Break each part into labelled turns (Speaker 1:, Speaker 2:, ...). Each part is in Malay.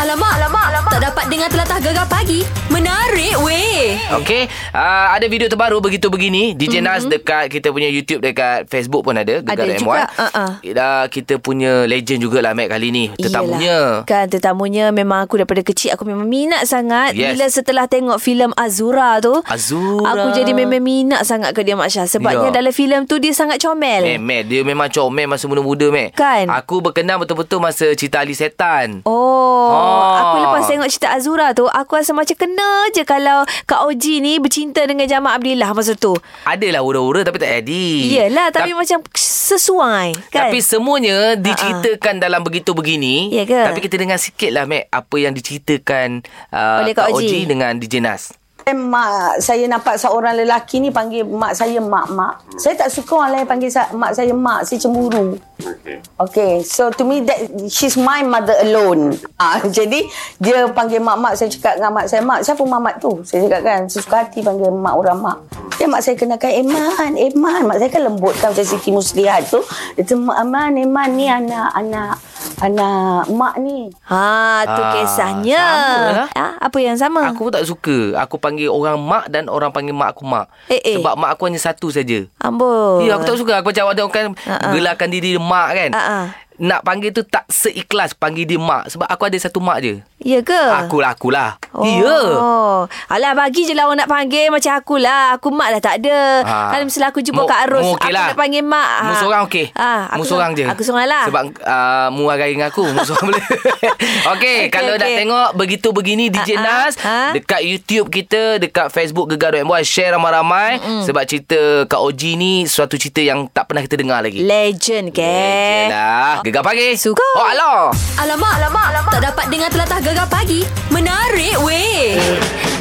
Speaker 1: Alamak, alamak, alamak. Tak dapat dengar telatah gegar pagi. Menarik weh.
Speaker 2: Okey, uh, ada video terbaru begitu begini DJ mm-hmm. Nas dekat kita punya YouTube dekat Facebook pun ada Gegar
Speaker 3: Mhm. Ada
Speaker 2: M1.
Speaker 3: juga, uh-uh.
Speaker 2: Kita, kita punya legend jugalah Mac kali ni tetamunya.
Speaker 3: Iyalah. Kan tetamunya memang aku daripada kecil aku memang minat sangat.
Speaker 2: Yes.
Speaker 3: Bila setelah tengok filem Azura tu.
Speaker 2: Azura.
Speaker 3: Aku jadi memang minat sangat ke dia Mak Syah. Sebabnya
Speaker 2: Ya.
Speaker 3: dalam filem tu dia sangat
Speaker 2: Mac,
Speaker 3: comel.
Speaker 2: Eh, Mac, dia memang comel masa muda-muda Mac.
Speaker 3: Kan?
Speaker 2: Aku berkenal betul-betul masa cerita Ali Setan.
Speaker 3: Oh,
Speaker 2: Ah.
Speaker 3: aku lepas tengok cerita Azura tu, aku rasa macam kena je kalau Kak Oji ni bercinta dengan Jamal Abdillah masa tu.
Speaker 2: Adalah hura-hura tapi tak jadi.
Speaker 3: Yelah, tapi
Speaker 2: Ta-
Speaker 3: macam sesuai kan?
Speaker 2: Tapi semuanya diceritakan uh-uh. dalam begitu begini.
Speaker 3: Ya ke?
Speaker 2: Tapi kita dengar sikit lah Mac apa yang diceritakan uh,
Speaker 3: Oleh Kak Oji.
Speaker 2: dengan DJ Nas.
Speaker 4: Mak saya nampak seorang lelaki ni panggil mak saya mak-mak. Saya tak suka orang lain panggil sa- mak saya mak. Saya cemburu.
Speaker 5: Okay.
Speaker 4: Okay, so to me that she's my mother alone. Ah, jadi dia panggil mak-mak saya cakap dengan mak saya, mak siapa mamat tu? Saya cakap kan, saya suka hati panggil mak orang mak. Dia mak saya kenakan Eman, Eman. Mak saya kan lembut kan macam Siti Muslihat tu. Dia tu Eman, Eman ni anak anak anak mak ni.
Speaker 3: Ha, tu
Speaker 2: Ah,
Speaker 3: kisahnya.
Speaker 2: sama lah.
Speaker 3: Ha, apa yang sama?
Speaker 2: Aku pun tak suka Aku panggil orang mak Dan orang panggil mak aku mak
Speaker 3: Eh, eh. Oh.
Speaker 2: Sebab mak aku hanya satu saja
Speaker 3: Amboi.
Speaker 2: Ya, aku tak suka. Aku macam ada orang kan
Speaker 3: Ha,
Speaker 2: uh-uh. gelarkan diri dia mak kan.
Speaker 3: Ah, ah.
Speaker 2: Nak panggil tu tak seikhlas panggil dia mak. Sebab aku ada satu mak je.
Speaker 3: Ya ke?
Speaker 2: Akulah, akulah. Oh. Ya.
Speaker 3: Oh. Alah bagi je lah orang nak panggil macam akulah. Aku mak dah tak ada. Ha.
Speaker 2: Ah.
Speaker 3: Kalau misalnya aku jumpa
Speaker 2: Mu-
Speaker 3: Kak Ros,
Speaker 2: mu
Speaker 3: okay aku
Speaker 2: lah.
Speaker 3: nak panggil mak.
Speaker 2: Mu
Speaker 3: Ah.
Speaker 2: seorang okey.
Speaker 3: Ah,
Speaker 2: mu seorang je.
Speaker 3: Aku seorang lah.
Speaker 2: Sebab uh, mu agai dengan aku, mu seorang boleh. okey,
Speaker 3: Okey,
Speaker 2: kalau nak
Speaker 3: okey.
Speaker 2: tengok begitu begini DJ
Speaker 3: Ah, ah.
Speaker 2: Nas
Speaker 3: Ah.
Speaker 2: dekat YouTube kita, dekat Facebook Gegar Boy share ramai-ramai sebab cerita Kak Oji ni suatu cerita yang tak pernah kita dengar lagi.
Speaker 3: Legend ke?
Speaker 2: Legend lah. Gegar pagi.
Speaker 3: Suka.
Speaker 2: Oh, aloh.
Speaker 1: Alamak, alamak, alamak. Tak dapat dengar telatah gegar pagi. Menarik weh.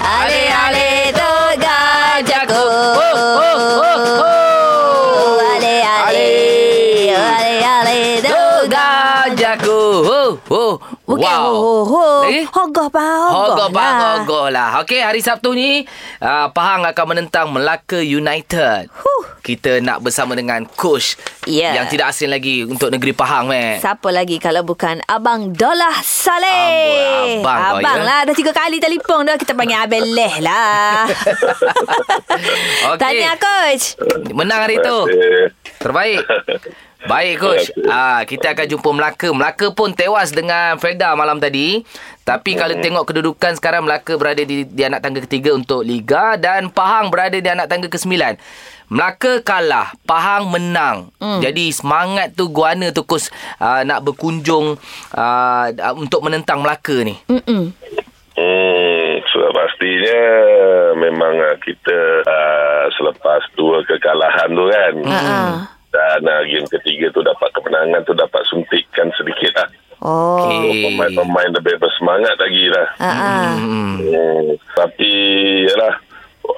Speaker 3: Ale ale to gajaku.
Speaker 2: Oh, oh, oh, oh.
Speaker 3: Ale ale. Oh, Ale ale to
Speaker 2: Gegar jago. Oh, oh.
Speaker 3: Bukan ho
Speaker 2: wow.
Speaker 3: ho ho.
Speaker 2: Lagi?
Speaker 3: Hogoh pa hogoh.
Speaker 2: Hogoh
Speaker 3: lah.
Speaker 2: Pahang Hogoh lah Okey hari Sabtu ni uh, Pahang akan menentang Melaka United
Speaker 3: Huh.
Speaker 2: Kita nak bersama dengan coach
Speaker 3: Ya.
Speaker 2: Yang tidak asing lagi Untuk negeri Pahang meh.
Speaker 3: Siapa lagi kalau bukan Abang Dolah
Speaker 2: Amboi,
Speaker 3: Saleh.
Speaker 2: abang kau,
Speaker 3: abang
Speaker 2: ya?
Speaker 3: lah. Dah tiga kali telefon dah. Kita panggil Abang Leh lah.
Speaker 2: Okey.
Speaker 3: Tahniah Coach.
Speaker 2: Menang hari tu
Speaker 5: Eh,
Speaker 2: Terbaik Baik coach. Ah kita akan jumpa Melaka. Melaka pun tewas dengan Felda malam tadi. Tapi kalau tengok kedudukan sekarang Melaka berada di, di anak tangga ketiga untuk liga dan Pahang berada di anak tangga kesembilan. Melaka kalah, Pahang menang. Mm. Jadi semangat tu guana tu coach ah, nak berkunjung ah, untuk menentang Melaka ni.
Speaker 3: Mm-mm.
Speaker 5: Hmm, sudah pastinya memang ah, kita ah, selepas dua kekalahan tu kan.
Speaker 3: Mm-mm.
Speaker 5: Dan ah, game ketiga tu dapat kemenangan tu dapat suntikkan sedikit lah.
Speaker 3: Oh.
Speaker 2: Okey.
Speaker 5: Pemain-pemain lebih bersemangat lagi lah.
Speaker 3: Ah, ah.
Speaker 2: Hmm.
Speaker 5: Hmm, tapi yalah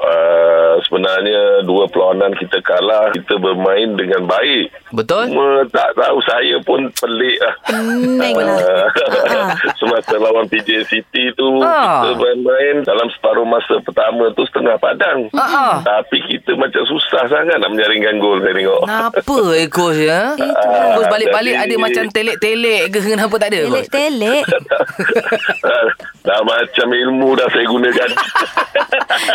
Speaker 5: ah, sebenarnya dua perlawanan kita kalah, kita bermain dengan baik.
Speaker 2: Betul?
Speaker 5: Cuma tak tahu saya pun pelik lah.
Speaker 3: Pening lah.
Speaker 5: Ah. Semasa lawan PJ City tu
Speaker 2: Ah.
Speaker 5: Kita main-main Dalam separuh masa pertama tu Setengah padang
Speaker 2: Ah, ah.
Speaker 5: Tapi kita macam susah sangat Nak menjaringkan gol Saya tengok
Speaker 2: Kenapa eh coach ya?
Speaker 5: Itulah.
Speaker 2: Coach balik-balik
Speaker 5: Jadi-
Speaker 2: ada macam telek-telek ke kenapa tak ada coach?
Speaker 3: Telek-telek.
Speaker 5: Dah macam ilmu Dah saya gunakan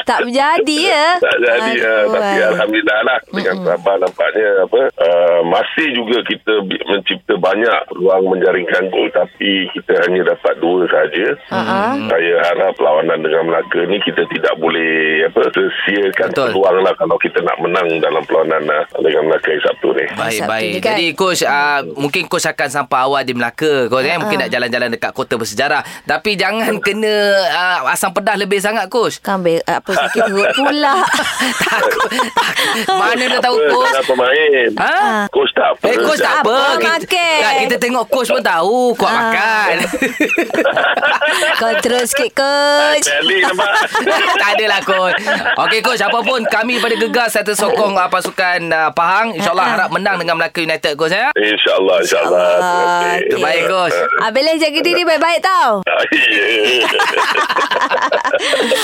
Speaker 3: tak berjadi ya.
Speaker 5: Tak jadi ah.
Speaker 3: Aduh,
Speaker 5: Tapi
Speaker 3: ah.
Speaker 5: Alhamdulillah lah Dengan sabar nampaknya apa ah, Masih juga kita bi- Mencipta banyak Ruang menjaringkan gol Tapi kita hanya dapat dua saja
Speaker 3: Ah, ah.
Speaker 5: Saya harap lawanan dengan Melaka ni kita tidak boleh apa tersiakan
Speaker 2: Betul.
Speaker 5: peluang lah kalau kita nak menang dalam perlawanan ah, dengan Melaka hari Sabtu ni.
Speaker 2: Baik
Speaker 3: Sabtu
Speaker 2: baik.
Speaker 3: ni kan?
Speaker 2: Jadi coach uh, mungkin coach akan sampai awal di Melaka. Coach eh mungkin nak jalan-jalan dekat kota bersejarah. Tapi jangan kena uh, asam pedas lebih sangat coach.
Speaker 3: Kambing ah, apa sakit perut pula.
Speaker 2: Takut. takut. Mana dah tahu
Speaker 5: Apa,
Speaker 2: coach?
Speaker 5: tak pemain.
Speaker 2: Ha?
Speaker 5: Coach tak apa.
Speaker 2: Eh coach tak
Speaker 3: Tak
Speaker 2: apa.
Speaker 3: apa,
Speaker 2: Kita,
Speaker 3: makan.
Speaker 2: tak, kita tengok coach pun tahu kuat makan.
Speaker 3: Kontrol sikit coach.
Speaker 5: Jadi nampak.
Speaker 2: tak adalah coach. Okey coach, apa pun kami pada Gegar serta sokong uh, pasukan uh, Pahang insyaallah harap menang dengan Melaka United coach ya.
Speaker 5: InsyaAllah, insyaAllah.
Speaker 3: Ah,
Speaker 5: Terima
Speaker 2: Terbaik
Speaker 5: kasih.
Speaker 2: coach.
Speaker 3: Abang Leh jaga diri baik-baik tau.
Speaker 5: Ah, ya.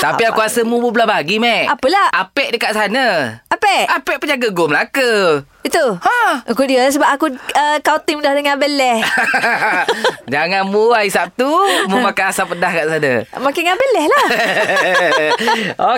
Speaker 2: Tapi aku rasa mu pun belah bagi, Mac.
Speaker 3: Apalah? Eh.
Speaker 2: Apek dekat sana.
Speaker 3: Apa?
Speaker 2: Apek penjaga gom Melaka.
Speaker 3: Itu.
Speaker 2: Ha.
Speaker 3: Aku dia sebab aku uh, kau tim dah dengan beleh.
Speaker 2: Jangan mu hari Sabtu mu makan asam pedas kat sana.
Speaker 3: Makin dengan beleh lah.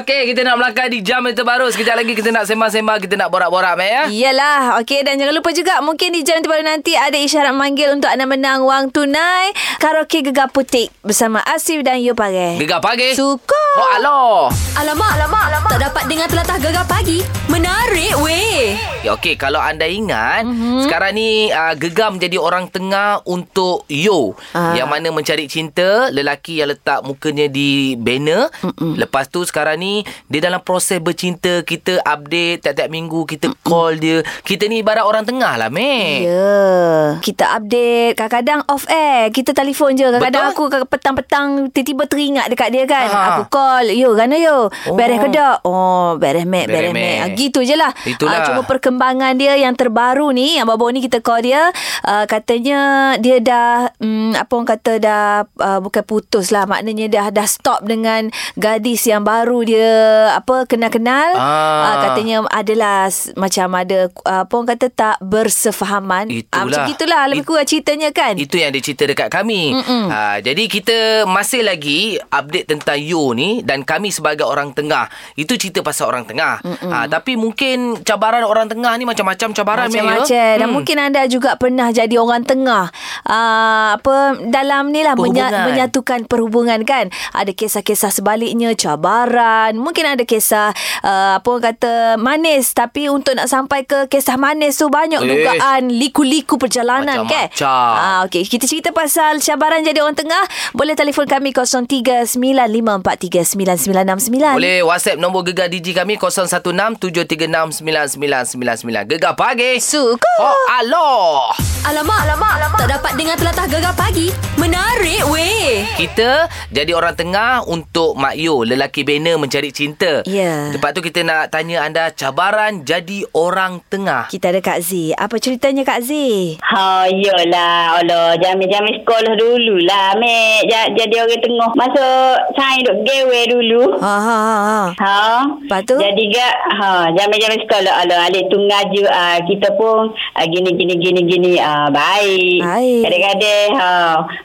Speaker 2: Okey, kita nak melangkah di jam yang terbaru. Sekejap lagi kita nak sembang-sembang, kita nak borak-borak, Mac ya.
Speaker 3: Iyalah. Okey dan jangan lupa juga mungkin di jam terbaru nanti ada isyarat manggil untuk anda menang wang tunai karaoke gegar putik bersama Asif dan Yo Pare.
Speaker 2: Gegar pagi.
Speaker 3: Suka.
Speaker 2: Oh, aloh.
Speaker 1: Alamak, alamak, alamak. Tak dapat dengar telatah gegar pagi. Menarik weh.
Speaker 2: Ya, okey. Kalau anda ingat, mm-hmm. sekarang ni uh, gegar menjadi orang tengah untuk yo.
Speaker 3: Ah.
Speaker 2: Yang mana mencari cinta, lelaki yang letak mukanya di banner. Mm-mm. Lepas tu sekarang ni, dia dalam proses bercinta. Kita update tiap-tiap minggu, kita Mm-mm. call dia. Kita ni ibarat orang tengah lah,
Speaker 3: Ya.
Speaker 2: meh.
Speaker 3: Yeah. Kita update. Kadang-kadang off air. Kita telefon je. Kadang-kadang aku ke- petang-petang tiba-tiba teringat dekat dia kan.
Speaker 2: Ha.
Speaker 3: Ha. Aku call. Yo, gana yo. Oh.
Speaker 2: Oh.
Speaker 3: Beres ke tak? Oh, beres mek,
Speaker 2: Beres,
Speaker 3: beres
Speaker 2: Mek.
Speaker 3: mek. Ah, gitu je lah.
Speaker 2: Itulah.
Speaker 3: Ah, cuma perkembangan dia yang terbaru ni. Yang baru ni kita call dia. Uh, katanya dia dah, um, apa orang kata dah uh, bukan putus lah. Maknanya dah dah stop dengan gadis yang baru dia apa kenal-kenal. Ah,
Speaker 2: Ah.
Speaker 3: katanya adalah s- macam ada uh, apa orang kata tak bersefahaman.
Speaker 2: Itulah.
Speaker 3: Ah, macam gitulah lebih
Speaker 2: It-
Speaker 3: kurang ceritanya kan.
Speaker 2: Itu yang dia cerita dekat kami. Ha, jadi kita masih lagi update tentang you ni dan kami sebagai orang tengah. Itu cerita pasal orang tengah. Ha, tapi mungkin cabaran orang tengah ni macam-macam cabaran Mel,
Speaker 3: Macam-macam
Speaker 2: ya?
Speaker 3: Dan mungkin anda juga pernah jadi orang tengah uh, apa Dalam ni lah menya,
Speaker 2: Perhubungan.
Speaker 3: Menyatukan perhubungan kan Ada kisah-kisah sebaliknya Cabaran Mungkin ada kisah uh, Apa orang kata Manis Tapi untuk nak sampai ke Kisah manis tu Banyak
Speaker 2: Eh.
Speaker 3: dugaan Liku-liku perjalanan kan
Speaker 2: Macam-macam.
Speaker 3: Ah, okay. Kita cerita pasal Cabaran jadi orang tengah Boleh telefon kami 0395439969
Speaker 2: Hmm. Boleh WhatsApp nombor gegar DJ kami 0167369999. Gegar pagi.
Speaker 3: Suka
Speaker 2: Oh, aloh.
Speaker 1: Alamak, alamak, alamak. Tak dapat dengar telatah gegar pagi. Menarik weh.
Speaker 2: Kita jadi orang tengah untuk Mak Yo, lelaki bina mencari cinta.
Speaker 3: Ya.
Speaker 2: Lepas tu kita nak tanya anda cabaran jadi orang tengah.
Speaker 3: Kita ada Kak Z Apa ceritanya Kak Z?
Speaker 6: Ha, iyalah. Allah, jamin-jamin sekolah dululah, Mek. Ja, jadi orang tengah. Masa saya duduk gawe dulu.
Speaker 3: Ha ha ha. ha.
Speaker 6: Ha.
Speaker 3: Lepas tu?
Speaker 6: Jadi ga, ha, jamin-jamin sekolah. Allah, alik tu ngaji uh, kita pun uh, gini, gini, gini, gini. Uh, baik.
Speaker 3: Baik.
Speaker 6: Kadang-kadang, ha,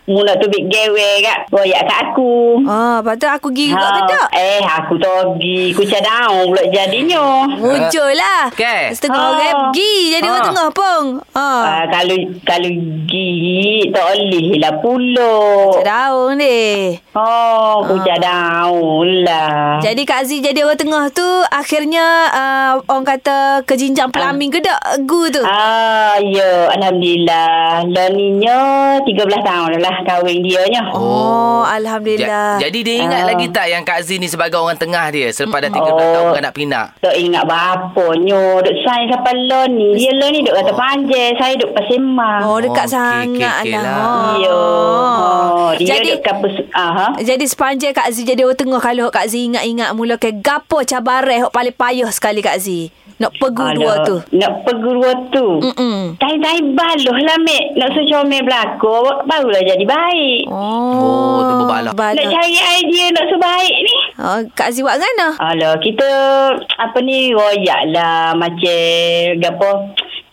Speaker 6: mula tu bik gawe kat, boyak kat aku.
Speaker 3: Ah, lepas tu aku pergi juga ke tak?
Speaker 6: eh, aku togi. Kucah daun pula jadinya.
Speaker 3: Muncul lah.
Speaker 2: Okey.
Speaker 3: Setengah
Speaker 6: Ah.
Speaker 3: orang pergi jadi orang
Speaker 2: Ah.
Speaker 3: tengah pong. Ha.
Speaker 6: Uh, kalau kalau gigi tak boleh lah pulak.
Speaker 3: Daun ni.
Speaker 6: Oh,
Speaker 3: Ah.
Speaker 6: hujan daun lah.
Speaker 3: Jadi Kak Z jadi orang tengah tu akhirnya uh, orang kata ke jinjang pelamin ke tak gu tu?
Speaker 6: Ah, ya. Alhamdulillah. Laninya 13 tahun dah lah kahwin dia nya.
Speaker 3: Oh,
Speaker 2: Ja-
Speaker 3: alhamdulillah.
Speaker 2: jadi dia ingat
Speaker 6: Ah.
Speaker 2: lagi tak yang Kak Z ni sebagai orang tengah dia selepas dah 13
Speaker 6: Oh.
Speaker 2: tahun beranak pinak?
Speaker 6: Tak ingat berapa nyo. Duk saya sampai Loni. Dia Loni duk kata panjang. Saya duk Pasemang.
Speaker 3: Oh, dekat
Speaker 2: Oh, okey,
Speaker 3: sangat
Speaker 2: okey, okey
Speaker 3: lah.
Speaker 2: lah.
Speaker 3: Ha.
Speaker 6: Ya. Oh, dia
Speaker 3: Jadi
Speaker 6: duk ah, kapus. Aha.
Speaker 3: jadi sepanjang Kak Z jadi orang tengah kalau Kak Z ingat-ingat mula ke gapo cabaran hok paling payah sekali Kak Z. Nak pegu
Speaker 6: Alah,
Speaker 3: dua tu. Mm.
Speaker 6: Nak pergi dua tu.
Speaker 3: Mm-mm.
Speaker 6: Tai-tai baluh lah, Mek. Nak suruh comel belakang, barulah jadi baik.
Speaker 2: Oh, tu berbalah.
Speaker 6: Nak cari idea nak sebaik ni.
Speaker 3: Oh, Kak Z buat kan
Speaker 6: Alah, kita apa ni royak lah macam apa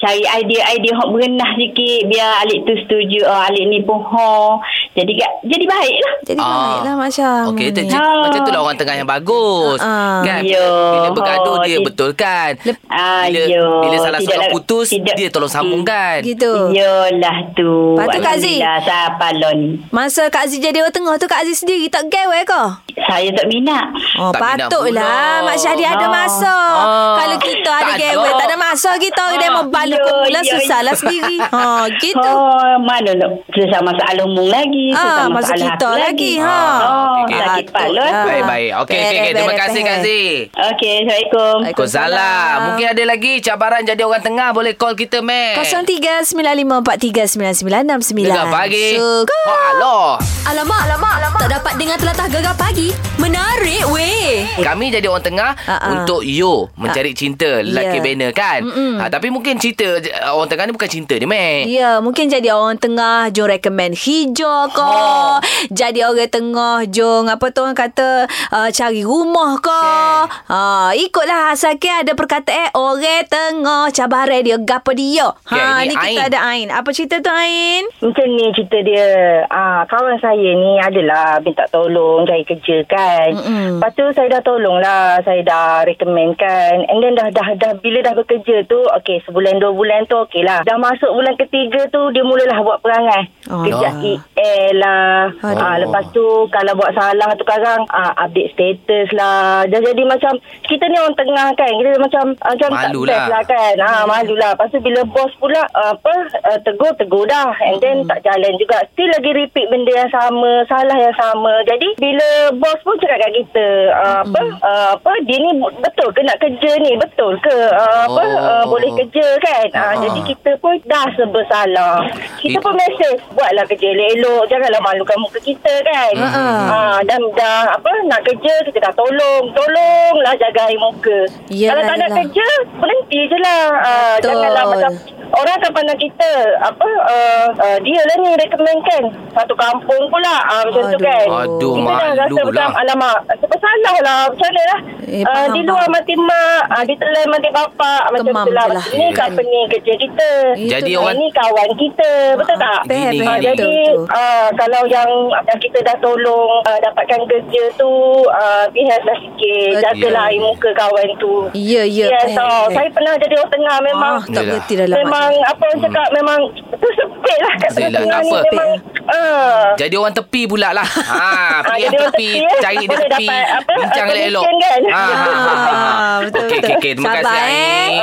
Speaker 6: cari idea-idea hok berenah sikit biar Alik tu setuju oh, Alik ni pun ho jadi ga- jadi baik lah
Speaker 3: Jadi
Speaker 2: Ah.
Speaker 3: baiklah macam
Speaker 2: Okey, tu,
Speaker 3: ni.
Speaker 2: cik,
Speaker 6: Ah.
Speaker 2: macam tu lah orang tengah yang bagus.
Speaker 3: Ah.
Speaker 2: Kan?
Speaker 6: Ya.
Speaker 2: Bila bergaduh
Speaker 6: Oh,
Speaker 2: dia
Speaker 6: dia-
Speaker 2: betul kan?
Speaker 3: Lep-
Speaker 6: Ah,
Speaker 2: Bila,
Speaker 6: ya.
Speaker 2: bila salah
Speaker 6: Tidak
Speaker 2: seorang
Speaker 6: lah-
Speaker 2: putus,
Speaker 6: tidak.
Speaker 2: dia tolong kan? sambungkan.
Speaker 3: Gitu.
Speaker 6: Yalah tu.
Speaker 3: Lepas tu, Kak Zee.
Speaker 6: Alhamdulillah, siapa lah ni.
Speaker 3: Masa Kak Aziz jadi orang tengah tu Kak Aziz sendiri tak geweh ke?
Speaker 6: Saya tak minat.
Speaker 3: Oh,
Speaker 2: Tak minat
Speaker 3: patutlah
Speaker 2: pula.
Speaker 3: Mak Syahdi ada
Speaker 6: Ah.
Speaker 3: masa.
Speaker 2: Ah.
Speaker 3: Kalau kita
Speaker 2: Tak
Speaker 3: ada geweh,
Speaker 2: ada.
Speaker 3: tak ada masa kita dia
Speaker 6: Ah.
Speaker 3: mau balik ke
Speaker 6: Ya,
Speaker 3: mula
Speaker 6: ya,
Speaker 3: susahlah
Speaker 6: ya.
Speaker 3: sendiri. Ha, gitu.
Speaker 6: Oh, mana nak sesama masalah umum lagi.
Speaker 3: Ah,
Speaker 6: sesama
Speaker 3: masa
Speaker 6: masalah
Speaker 3: kita
Speaker 6: aku
Speaker 3: lagi. Ha.
Speaker 6: Oh,
Speaker 2: okey, okey.
Speaker 6: sakit kepala.
Speaker 3: Patutlah.
Speaker 2: Baik-baik. Okey, okey, okey. Terima
Speaker 3: Beres,
Speaker 2: kasih
Speaker 3: beres.
Speaker 2: Kak Z.
Speaker 6: Okey, Assalamualaikum.
Speaker 2: Kozala. Mungkin ada lagi cabaran jadi orang tengah. Boleh call kita, Mac.
Speaker 3: 0395439969.
Speaker 2: Eh. Gegar pagi.
Speaker 3: Suka.
Speaker 2: Oh, aloh.
Speaker 1: Alamak, alamak, alamak. Tak dapat dengar telatah gegar pagi. Menarik weh.
Speaker 2: Kami jadi orang tengah
Speaker 3: Ha-ha.
Speaker 2: uh-uh. untuk you
Speaker 6: Ah.
Speaker 2: mencari uh. cinta lelaki
Speaker 3: Ya.
Speaker 2: yeah. banner kan. Ha, tapi mungkin cinta je- orang tengah ni bukan cinta dia, meh.
Speaker 3: Ya, mungkin jadi orang tengah jom recommend hijau ke.
Speaker 2: Ha.
Speaker 3: Jadi orang tengah jom apa tu orang kata uh, cari rumah ke. Ha, ikutlah asalkan ada perkataan eh, orang tengah cabaran dia gapo dia. Ha,
Speaker 2: Ya,
Speaker 3: ni
Speaker 2: ini
Speaker 3: kita
Speaker 2: Ain.
Speaker 3: ada Ain. Apa cerita tu Ain?
Speaker 7: Macam ni cerita dia ah, Kawan saya ni adalah minta tolong cari kerja kan
Speaker 3: Mm-mm.
Speaker 7: Lepas tu saya dah tolong lah Saya dah recommend kan And then dah, dah, dah bila dah bekerja tu Okay sebulan dua bulan tu okay lah Dah masuk bulan ketiga tu Dia mulalah buat perangai oh.
Speaker 3: Oh.
Speaker 7: Kerja EL lah
Speaker 3: Aduh.
Speaker 7: ah, Lepas tu kalau buat salah tu kadang ah, Update status lah Dah jadi macam Kita ni orang tengah kan Kita macam ah, Macam tak
Speaker 2: Malu
Speaker 7: best
Speaker 2: lah.
Speaker 7: lah kan ha, malu lah Lepas tu bila bos pula uh, apa uh, tegur tegur dah and
Speaker 2: Hmm.
Speaker 7: then tak jalan juga still lagi repeat benda yang sama salah yang sama jadi bila bos pun cakap kat kita
Speaker 2: Hmm.
Speaker 7: uh, apa uh, apa dia ni bu- betul ke nak kerja ni betul ke uh, apa
Speaker 2: Oh.
Speaker 7: uh, boleh kerja kan uh,
Speaker 2: Ah.
Speaker 7: jadi kita pun dah serba salah kita
Speaker 2: It-
Speaker 7: pun mesej buatlah kerja elok-elok janganlah malukan muka kita kan uh, dan dah apa nak kerja kita dah tolong tolonglah jaga air muka
Speaker 3: Yelah,
Speaker 7: kalau tak nak
Speaker 3: yelah.
Speaker 7: kerja je berhenti je lah uh,
Speaker 3: Betul.
Speaker 7: janganlah macam orang akan pandang kita apa uh, uh, dia lah ni recommend kan satu kampung pula uh, macam tu
Speaker 3: Aduh.
Speaker 7: kan
Speaker 2: Aduh,
Speaker 7: kita dah rasa
Speaker 2: malu
Speaker 7: macam
Speaker 2: lah.
Speaker 7: alamak sebab salah lah macam mana lah
Speaker 3: Eh,
Speaker 7: eh, uh,
Speaker 3: faham,
Speaker 7: di luar
Speaker 3: faham.
Speaker 7: mati mak uh, di telan mati bapak macam
Speaker 3: Kemam
Speaker 7: tu lah
Speaker 3: je lah.
Speaker 7: Macam ni
Speaker 2: Kan.
Speaker 7: company kerja kita
Speaker 2: Jadi
Speaker 7: Ah,
Speaker 2: orang-
Speaker 7: ni kawan kita betul tak
Speaker 3: Faham,
Speaker 2: Gini,
Speaker 3: faham.
Speaker 7: Ah,
Speaker 2: gini.
Speaker 7: jadi ah, kalau yang yang kita dah tolong ah, dapatkan kerja tu uh, behave sikit
Speaker 3: Betul.
Speaker 7: jagalah air muka kawan tu
Speaker 3: Ya, ya,
Speaker 7: yes,
Speaker 3: baik,
Speaker 7: oh,
Speaker 3: baik.
Speaker 7: saya pernah jadi orang tengah memang
Speaker 3: Ah, tak
Speaker 2: Yelah.
Speaker 3: berhenti dalam
Speaker 7: memang
Speaker 3: macam-
Speaker 7: apa orang cakap memang tu sepit lah kat
Speaker 2: Yelah,
Speaker 7: tengah-tengah
Speaker 2: Hmm. tak
Speaker 7: ni
Speaker 2: apa.
Speaker 7: memang ah.
Speaker 2: Jadi orang tepi pula lah. Ha,
Speaker 7: Ah,
Speaker 2: pergi
Speaker 7: jadi orang
Speaker 2: tepi,
Speaker 7: tepi, eh.
Speaker 2: cari di
Speaker 7: Boleh
Speaker 2: tepi,
Speaker 7: dapat apa,
Speaker 2: bincang
Speaker 7: attention
Speaker 2: elok-elok.
Speaker 7: kan?
Speaker 2: Ha, ha, ha,
Speaker 3: Ah,
Speaker 2: ha.
Speaker 3: betul, betul.
Speaker 2: Okey, okey, okey. Terima
Speaker 3: Sabar,
Speaker 2: kasih,
Speaker 3: eh.
Speaker 2: Ain.
Speaker 7: Ah, ah,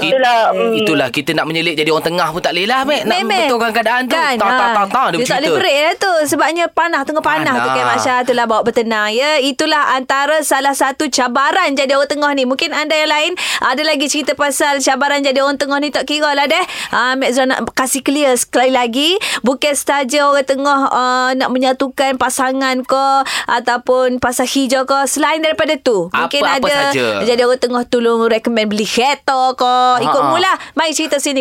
Speaker 2: Ki-
Speaker 7: itulah, mm.
Speaker 2: eh, Itulah, kita nak menyelit jadi orang tengah pun tak boleh lah, Mek. Nak
Speaker 3: Memang.
Speaker 2: betulkan keadaan tu.
Speaker 3: Kan,
Speaker 2: Tak, tak,
Speaker 3: ha.
Speaker 2: tak, tak.
Speaker 3: Dia tak boleh break lah tu. Sebabnya panah tengah panah, tu
Speaker 2: Panah.
Speaker 3: kan Masya. Itulah bawa bertenang ya. Itulah antara salah satu cabaran jadi orang tengah ni. Mungkin anda yang lain ada lagi cerita pasal cabaran jadi orang tengah ni tak kira lah deh. Uh, Mek Zul nak kasih clear sekali lagi. Bukan saja orang tengah uh, nak menyatukan pasangan ke ataupun pasal hijau ke. Selain daripada tu. Mungkin
Speaker 2: Apa-apa
Speaker 3: ada
Speaker 2: saja.
Speaker 3: jadi orang tengah tolong recommend beli kereta ke. Ikut
Speaker 2: Ha.
Speaker 3: mula. Mari cerita sini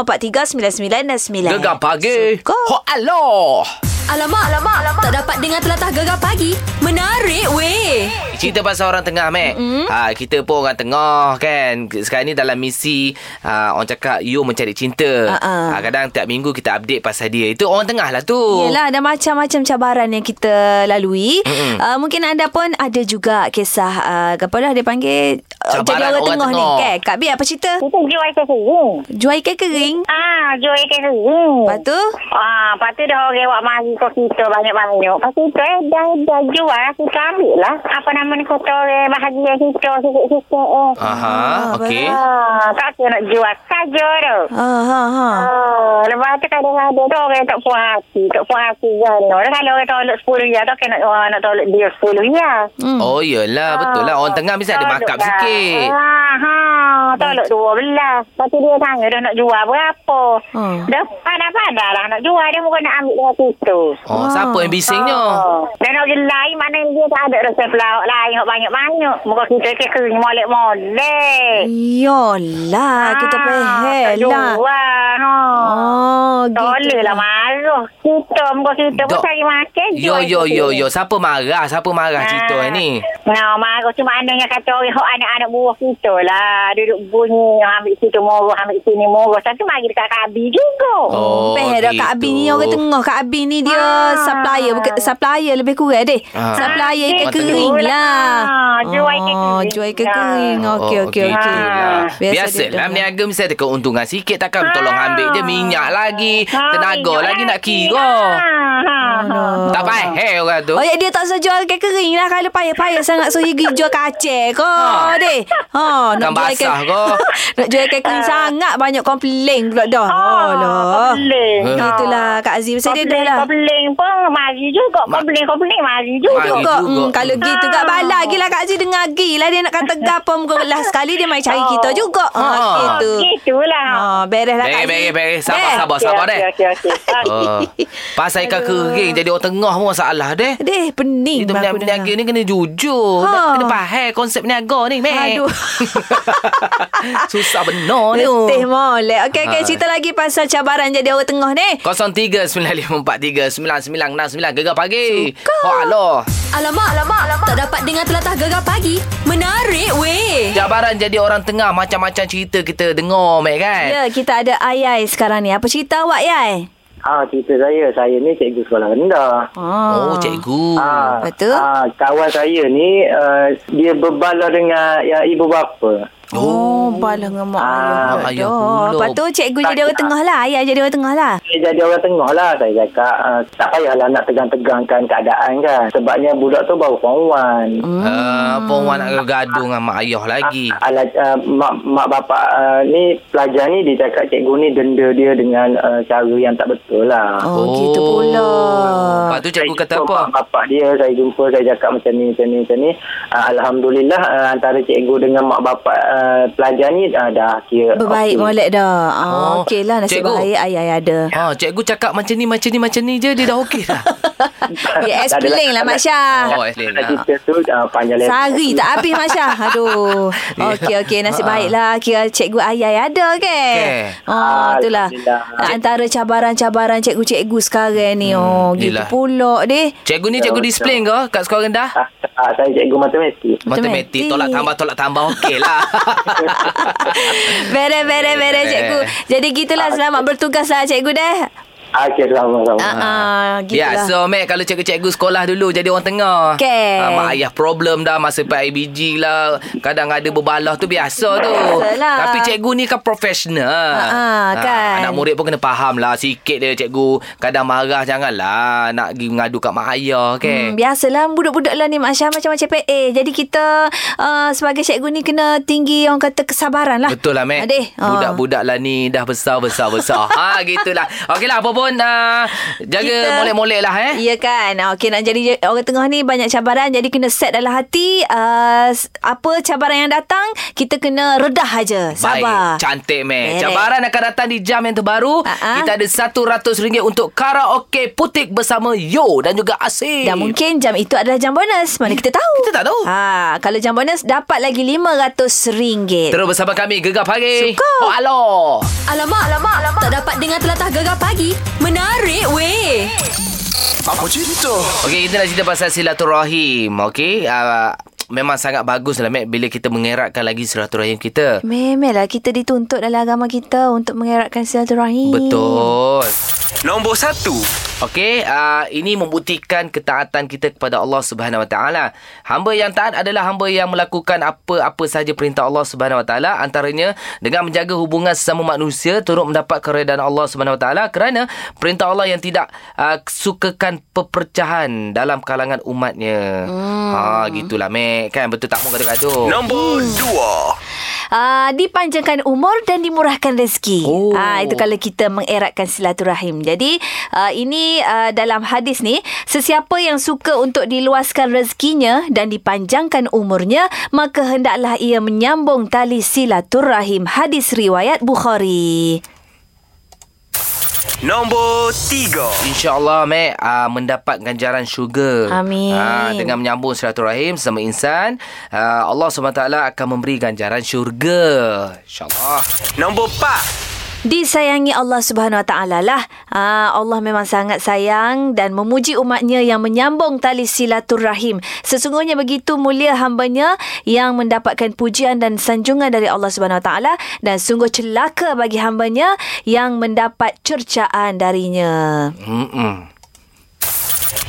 Speaker 3: 0395439999.
Speaker 2: Gegar pagi.
Speaker 3: Suka.
Speaker 2: Ho, aloh.
Speaker 1: Alamak, alamak, alamak. Tak dapat dengar telatah gegar pagi. Menarik weh.
Speaker 2: Cerita pasal orang tengah, Mac. Mm-hmm. Ha, kita pun orang tengah, kan. Sekarang ni dalam misi, ha, orang cakap, you mencari cinta.
Speaker 3: Ha-ha.
Speaker 2: Ha, kadang tiap minggu kita update pasal dia. Itu orang tengah lah tu.
Speaker 3: Yelah ada macam-macam cabaran yang kita lalui uh, Mungkin anda pun ada juga kisah uh, Apa lah dia panggil uh,
Speaker 2: Cabaran
Speaker 3: Jadi orang,
Speaker 2: orang
Speaker 3: tengah,
Speaker 2: tengah.
Speaker 3: ni kan Kak Bi apa cerita?
Speaker 8: Itu jual ikan kering.
Speaker 3: Jual ikan kering
Speaker 8: Ah, jual ikan kering.
Speaker 3: Lepas tu
Speaker 8: Ah, lepas tu dah orang awak mari ke kita banyak-banyak. Lepas tu eh, dah, dah jual, kita ambil lah. Apa nama ni kata orang bahagia kita, sikit-sikit eh.
Speaker 2: Aha, okey.
Speaker 8: Ah, tak kira nak jual saja tu.
Speaker 3: ha, ha, ha.
Speaker 8: Oh, lepas tu kadang-kadang tu orang tak puas hati. Tak puas hati jana. Dah kalau orang tolak 10 ya, tak kena orang nak tolak dia 10 ya.
Speaker 3: Hmm.
Speaker 2: Oh, yelah. Betul lah. Orang tengah mesti ada markup sikit.
Speaker 8: lah. Ah, ha, tolak 12. Lepas tu dia tanya dah nak jual berapa.
Speaker 3: Ah.
Speaker 8: Dah padah-padah lah nak jual. Dia bukan nak ambil dengan situ.
Speaker 2: Oh, siapa yang bisingnya?
Speaker 8: Oh. Dan nak je lain mana dia tak ada rasa pelawak lain. Nak banyak-banyak. Muka kita ke kering molek-molek. Ah,
Speaker 3: Yolah
Speaker 7: Ah,
Speaker 3: Kita
Speaker 8: tak
Speaker 3: pahal lah
Speaker 8: Jual. Ha.
Speaker 3: Oh
Speaker 8: Tolak lah marah. Kita muka kita pun
Speaker 2: Dok.
Speaker 8: cari makan. jual
Speaker 2: Yo yo
Speaker 8: kita.
Speaker 2: yo yo siapa marah siapa marah cerita ni
Speaker 8: Nah, marah tu maknanya kata orang hok anak-anak buah kita lah. Duduk bunyi, ambil situ murah, ambil sini murah. Tapi mari dekat Kabi juga.
Speaker 2: Oh,
Speaker 3: Peh dah Kak Abi ni orang tengah Kak Abi ni dia
Speaker 8: Ah.
Speaker 3: supplier bukan supplier lebih kurang deh.
Speaker 2: Ah.
Speaker 3: Supplier ikan
Speaker 2: Ah,
Speaker 3: kering
Speaker 8: betul.
Speaker 3: lah.
Speaker 8: Ah, jual ikan
Speaker 3: Oh,
Speaker 8: kering.
Speaker 3: Jual ikan
Speaker 8: Ah.
Speaker 3: kering. Okey
Speaker 2: Oh,
Speaker 3: okey
Speaker 2: okey,
Speaker 3: okey.
Speaker 2: itulah.
Speaker 3: Biasa dia
Speaker 2: Biasalah
Speaker 3: dengar.
Speaker 2: meniaga mesti ada keuntungan sikit Takkan
Speaker 8: Ah.
Speaker 2: tolong ambil je Minyak lagi
Speaker 8: Ha,
Speaker 2: Tenaga
Speaker 8: ingat
Speaker 2: Ah, lagi lah. nak kira
Speaker 8: Ha, ha, ha.
Speaker 2: Tak payah orang tu
Speaker 3: Oh, ya dia tak usah jual ikan kering lah Kalau payah-payah sangat So, dia pergi jual kacang ke
Speaker 2: Ah.
Speaker 3: deh Ha,
Speaker 2: Ikan basah ke?
Speaker 3: Nak jual ikan kering sangat Banyak komplain pula dah
Speaker 8: Oh,
Speaker 3: Alah
Speaker 8: boleh.
Speaker 2: Ha.
Speaker 3: Itulah Kak Aziz Pasal dia dah lah
Speaker 8: Komplain pun mari juga.
Speaker 2: Ma-
Speaker 8: Komplain, komplain mari
Speaker 2: Mari
Speaker 8: juga.
Speaker 3: juga.
Speaker 2: juga.
Speaker 3: Hmm, kalau
Speaker 8: Ha.
Speaker 3: gitu Kak Bala lagi lah Kak Aziz dengar gi lah Dia nak kata gapa muka lah Sekali dia mai cari
Speaker 8: Oh.
Speaker 3: kita juga Ha
Speaker 2: Ha.
Speaker 3: gitu
Speaker 8: Ah, Gitulah.
Speaker 3: Ha beres lah Kak
Speaker 2: Beri,
Speaker 3: Aziz
Speaker 2: beri, beri.
Speaker 3: Beres.
Speaker 2: Sabar, Ah. sabar,
Speaker 8: Okey,
Speaker 2: sabar
Speaker 8: okey,
Speaker 2: deh.
Speaker 8: Okey, okey. Okey.
Speaker 2: Oh. Pasal ikan kering jadi orang tengah pun masalah deh.
Speaker 3: Deh pening
Speaker 2: Itu
Speaker 3: aku
Speaker 2: peniaga,
Speaker 3: dengar.
Speaker 2: peniaga ni kena jujur.
Speaker 3: Ha.
Speaker 2: Ha. Kena faham konsep peniaga ni, meh.
Speaker 3: Aduh.
Speaker 2: Susah benar ni.
Speaker 3: Letih molek. Okey, okey.
Speaker 2: Ha.
Speaker 3: Cerita lagi pasal cabaran jadi orang tengah ni.
Speaker 2: 0395439969 gegar pagi. Oh Allah.
Speaker 1: Alamak, alamak, alamak. Tak dapat dengar telatah gegar pagi. Menarik weh.
Speaker 2: Cabaran jadi orang tengah macam-macam cerita kita dengar, meh kan.
Speaker 3: Ya, kita ada Ayai sekarang ni. Apa cerita awak, Yai?
Speaker 9: Ah, cerita saya, saya ni cikgu sekolah rendah.
Speaker 2: Oh, cikgu.
Speaker 9: Ah,
Speaker 3: Lepas tu?
Speaker 9: Ah, kawan saya ni uh, dia berbala dengan ya, ibu bapa.
Speaker 3: Oh, bala dengan mak
Speaker 9: Ah,
Speaker 3: ayah.
Speaker 2: mak
Speaker 3: dah.
Speaker 2: ayah pula. Oh.
Speaker 3: Lepas tu cikgu jadi orang tengah lah. Ayah jadi orang tengah lah.
Speaker 9: Dia jadi orang tengah lah saya cakap. Uh, tak payahlah nak tegang-tegangkan keadaan kan. Sebabnya budak tu baru form one.
Speaker 3: Oh.
Speaker 2: Ah, apa orang nak gaduh dengan mak ayah lagi.
Speaker 9: Ah, ala, uh, mak, mak bapak uh, ni pelajar ni dia cakap cikgu ni denda dia dengan uh, cara yang tak betul lah.
Speaker 3: Oh, gitu pula.
Speaker 2: Lepas tu cikgu kata
Speaker 9: jumpa mak
Speaker 2: apa?
Speaker 9: bapak dia saya jumpa saya cakap macam ni macam ni macam ni uh, alhamdulillah uh, antara cikgu dengan mak bapak uh, pelajar ni uh, dah kira okey.
Speaker 3: Berbaik molek dah. Ah,
Speaker 2: Oh,
Speaker 3: Okey lah. Nasib
Speaker 2: cikgu.
Speaker 3: baik Ayai ada.
Speaker 2: Ha, cikgu cakap macam ni, macam ni, macam ni je, dia dah okey dah.
Speaker 3: Ya, explain lah, Mak Syah.
Speaker 2: Oh, explain
Speaker 9: Nah,
Speaker 2: lah.
Speaker 9: kita tu uh, panjang lebar.
Speaker 3: Sehari tak habis Masya Aduh
Speaker 2: Ya.
Speaker 3: Okey okey Nasib
Speaker 2: Ha, ha.
Speaker 3: baiklah Kira cikgu ayai ada ke
Speaker 2: Okey.
Speaker 3: Oh itulah
Speaker 9: Alhamdulillah.
Speaker 3: Antara cabaran-cabaran cikgu-cikgu sekarang ni Oh gitu
Speaker 2: Hmm, yelah.
Speaker 3: pula deh
Speaker 2: Cikgu ni
Speaker 9: Ya,
Speaker 2: cikgu
Speaker 9: betul.
Speaker 2: disiplin ke kat sekolah rendah?
Speaker 9: Ah, ah, saya cikgu matematik
Speaker 3: Matematik.
Speaker 2: Matematik, tolak tambah, tolak tambah, okey lah.
Speaker 3: Beres beres beres
Speaker 2: Beres.
Speaker 3: cikgu Jadi gitulah
Speaker 2: Ah,
Speaker 3: Selamat bertugas lah cikgu deh
Speaker 9: ah, okay, sama-sama
Speaker 3: Ah, ah,
Speaker 2: ya,
Speaker 3: Gitulah
Speaker 2: so, Mac, kalau cikgu-cikgu sekolah dulu jadi orang tengah.
Speaker 3: Okey.
Speaker 2: Ah, mak ayah problem dah masa PIBG lah. Kadang ada berbalah tu biasa tu.
Speaker 3: Biasalah.
Speaker 2: Tapi cikgu ni kan profesional.
Speaker 3: ah, kan.
Speaker 2: Anak murid pun kena faham lah. Sikit dia cikgu. Kadang marah janganlah nak pergi mengadu kat mak ayah,
Speaker 3: Hmm,
Speaker 2: okey?
Speaker 3: biasalah budak-budak lah ni Mak Syah macam-macam PA Jadi kita uh, sebagai cikgu ni kena tinggi orang kata kesabaran lah
Speaker 2: Betul lah, Mac.
Speaker 3: Adik, ah.
Speaker 2: Budak-budak lah ni dah besar-besar-besar. ha, gitulah. Okeylah, apa pun uh, jaga
Speaker 3: Kita-
Speaker 2: molek-molek lah, eh.
Speaker 3: Ya kan Ah, Okey nak jadi orang tengah ni Banyak cabaran Jadi kena set dalam hati uh, s- Apa cabaran yang datang Kita kena redah aja Sabar
Speaker 2: Baik, cantik meh.
Speaker 3: Beres.
Speaker 2: Cabaran akan datang di jam yang terbaru.
Speaker 3: Ha-ha.
Speaker 2: Kita ada RM100 untuk karaoke putik bersama Yo dan juga Asif.
Speaker 3: dan mungkin jam itu adalah jam bonus Mana kita tahu
Speaker 2: Kita tak tahu.
Speaker 3: ha, Kalau jam bonus Dapat lagi RM500
Speaker 2: Terus bersama kami Gegar Pagi.
Speaker 3: Suka.
Speaker 2: Oh, aloh.
Speaker 1: Alamak, alamak, alamak. Tak dapat dengar telatah gegar pagi. Menarik weh.
Speaker 10: Apa cerita?
Speaker 2: Okey, kita nak cerita pasal silaturahim. Okey, uh, memang sangat bagus lah Mac bila kita mengeratkan lagi silaturahim kita.
Speaker 3: Memanglah kita dituntut dalam agama kita Untuk mengeratkan silaturahim
Speaker 2: Betul.
Speaker 10: Nombor satu.
Speaker 2: Okey, uh, ini membuktikan ketaatan kita kepada Allah Subhanahu Wa Taala. Hamba yang taat adalah hamba yang melakukan apa-apa sahaja perintah Allah Subhanahu Wa Taala, antaranya dengan menjaga hubungan sesama manusia turut mendapat keredaan Allah Subhanahu Wa Taala kerana perintah Allah yang tidak uh, sukakan pepercahan dalam kalangan umatnya. Hmm. Ha gitulah mek kan betul tak mau gaduh-gaduh.
Speaker 10: Nombor dua.
Speaker 3: Uh, dipanjangkan umur dan dimurahkan rezeki.
Speaker 2: Oh.
Speaker 3: Ah, itu kalau kita mengeratkan silaturahim. Jadi uh, ini uh, dalam hadis ni, sesiapa yang suka untuk diluaskan rezekinya dan dipanjangkan umurnya, maka hendaklah ia menyambung tali silaturahim. Hadis riwayat Bukhari.
Speaker 10: Nombor tiga.
Speaker 2: InsyaAllah Mac uh, Mendapat ganjaran syurga
Speaker 3: Amin.
Speaker 2: Ah, Dengan menyambung silaturahim Sesama insan uh, Allah SWT akan memberi ganjaran syurga InsyaAllah
Speaker 10: Nombor empat.
Speaker 3: Disayangi Allah Subhanahu Wa Taala lah. Ah, Allah memang sangat sayang dan memuji umatnya yang menyambung tali silaturahim. Sesungguhnya begitu mulia hambanya yang mendapatkan pujian dan sanjungan dari Allah Subhanahu Wa Taala dan sungguh celaka bagi hambanya yang mendapat cercaan darinya.
Speaker 2: Mm-mm.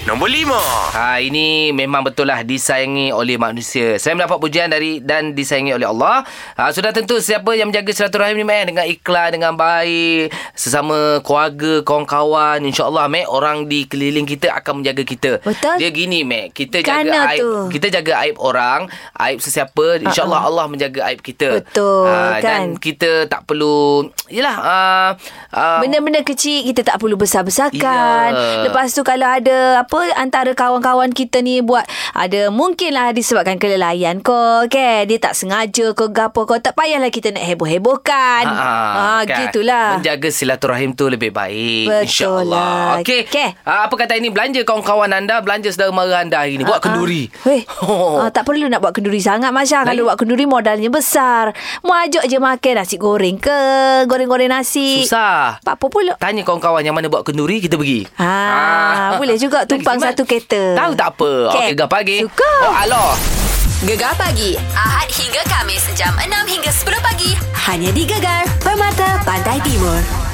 Speaker 10: Nombor lima.
Speaker 2: Ha, ini memang betul lah disayangi oleh manusia. Saya mendapat pujian dari dan disayangi oleh Allah. Ha, sudah tentu siapa yang menjaga silaturahim ni Mek, eh? dengan ikhlas, dengan baik, sesama keluarga, kawan-kawan, insya-Allah Mek orang di keliling kita akan menjaga kita.
Speaker 3: Betul.
Speaker 2: Dia gini Mek, kita
Speaker 3: Kerana
Speaker 2: jaga aib,
Speaker 3: tu.
Speaker 2: kita jaga aib orang, aib sesiapa, insya-Allah uh-uh. Allah menjaga aib kita. Ha,
Speaker 3: Betul,
Speaker 2: dan
Speaker 3: kan?
Speaker 2: kita tak perlu yalah uh, uh,
Speaker 3: Benda-benda kecil kita tak perlu besar-besarkan.
Speaker 2: Ya.
Speaker 3: Lepas tu kalau ada apa antara kawan-kawan kita ni buat ada mungkinlah disebabkan kelalaian kau kan. Dia tak sengaja kau gapo kau tak payahlah kita nak heboh-hebohkan.
Speaker 2: Ah,
Speaker 3: ha gitulah.
Speaker 2: Menjaga silaturahim tu lebih baik.
Speaker 3: Betul
Speaker 2: InsyaAllah.
Speaker 3: lah.
Speaker 2: Okey.
Speaker 3: Okey.
Speaker 2: Ah, apa kata ini? Belanja kawan-kawan anda, belanja saudara mara anda
Speaker 3: Ah,
Speaker 2: hari ini. Buat kenduri.
Speaker 3: Ha, Weh,
Speaker 2: Oh.
Speaker 3: ah, tak perlu nak buat kenduri sangat Masya. Kalau buat kenduri modalnya besar. Mu ajak je makan nasi goreng ke, goreng-goreng nasi.
Speaker 2: Susah.
Speaker 3: Apa pula?
Speaker 2: Tanya kawan-kawan yang mana buat kenduri, kita pergi.
Speaker 3: Ah, boleh juga tumpang
Speaker 2: Lagi simat.
Speaker 3: satu kereta.
Speaker 2: Tahu tak apa.
Speaker 3: Okey.
Speaker 2: Okey, okay, pagi.
Speaker 3: Suka.
Speaker 2: Oh, aloh.
Speaker 1: Gegar pagi Ahad hingga Kamis jam 6 hingga 10 pagi hanya di Gegar Permata Pantai Timur.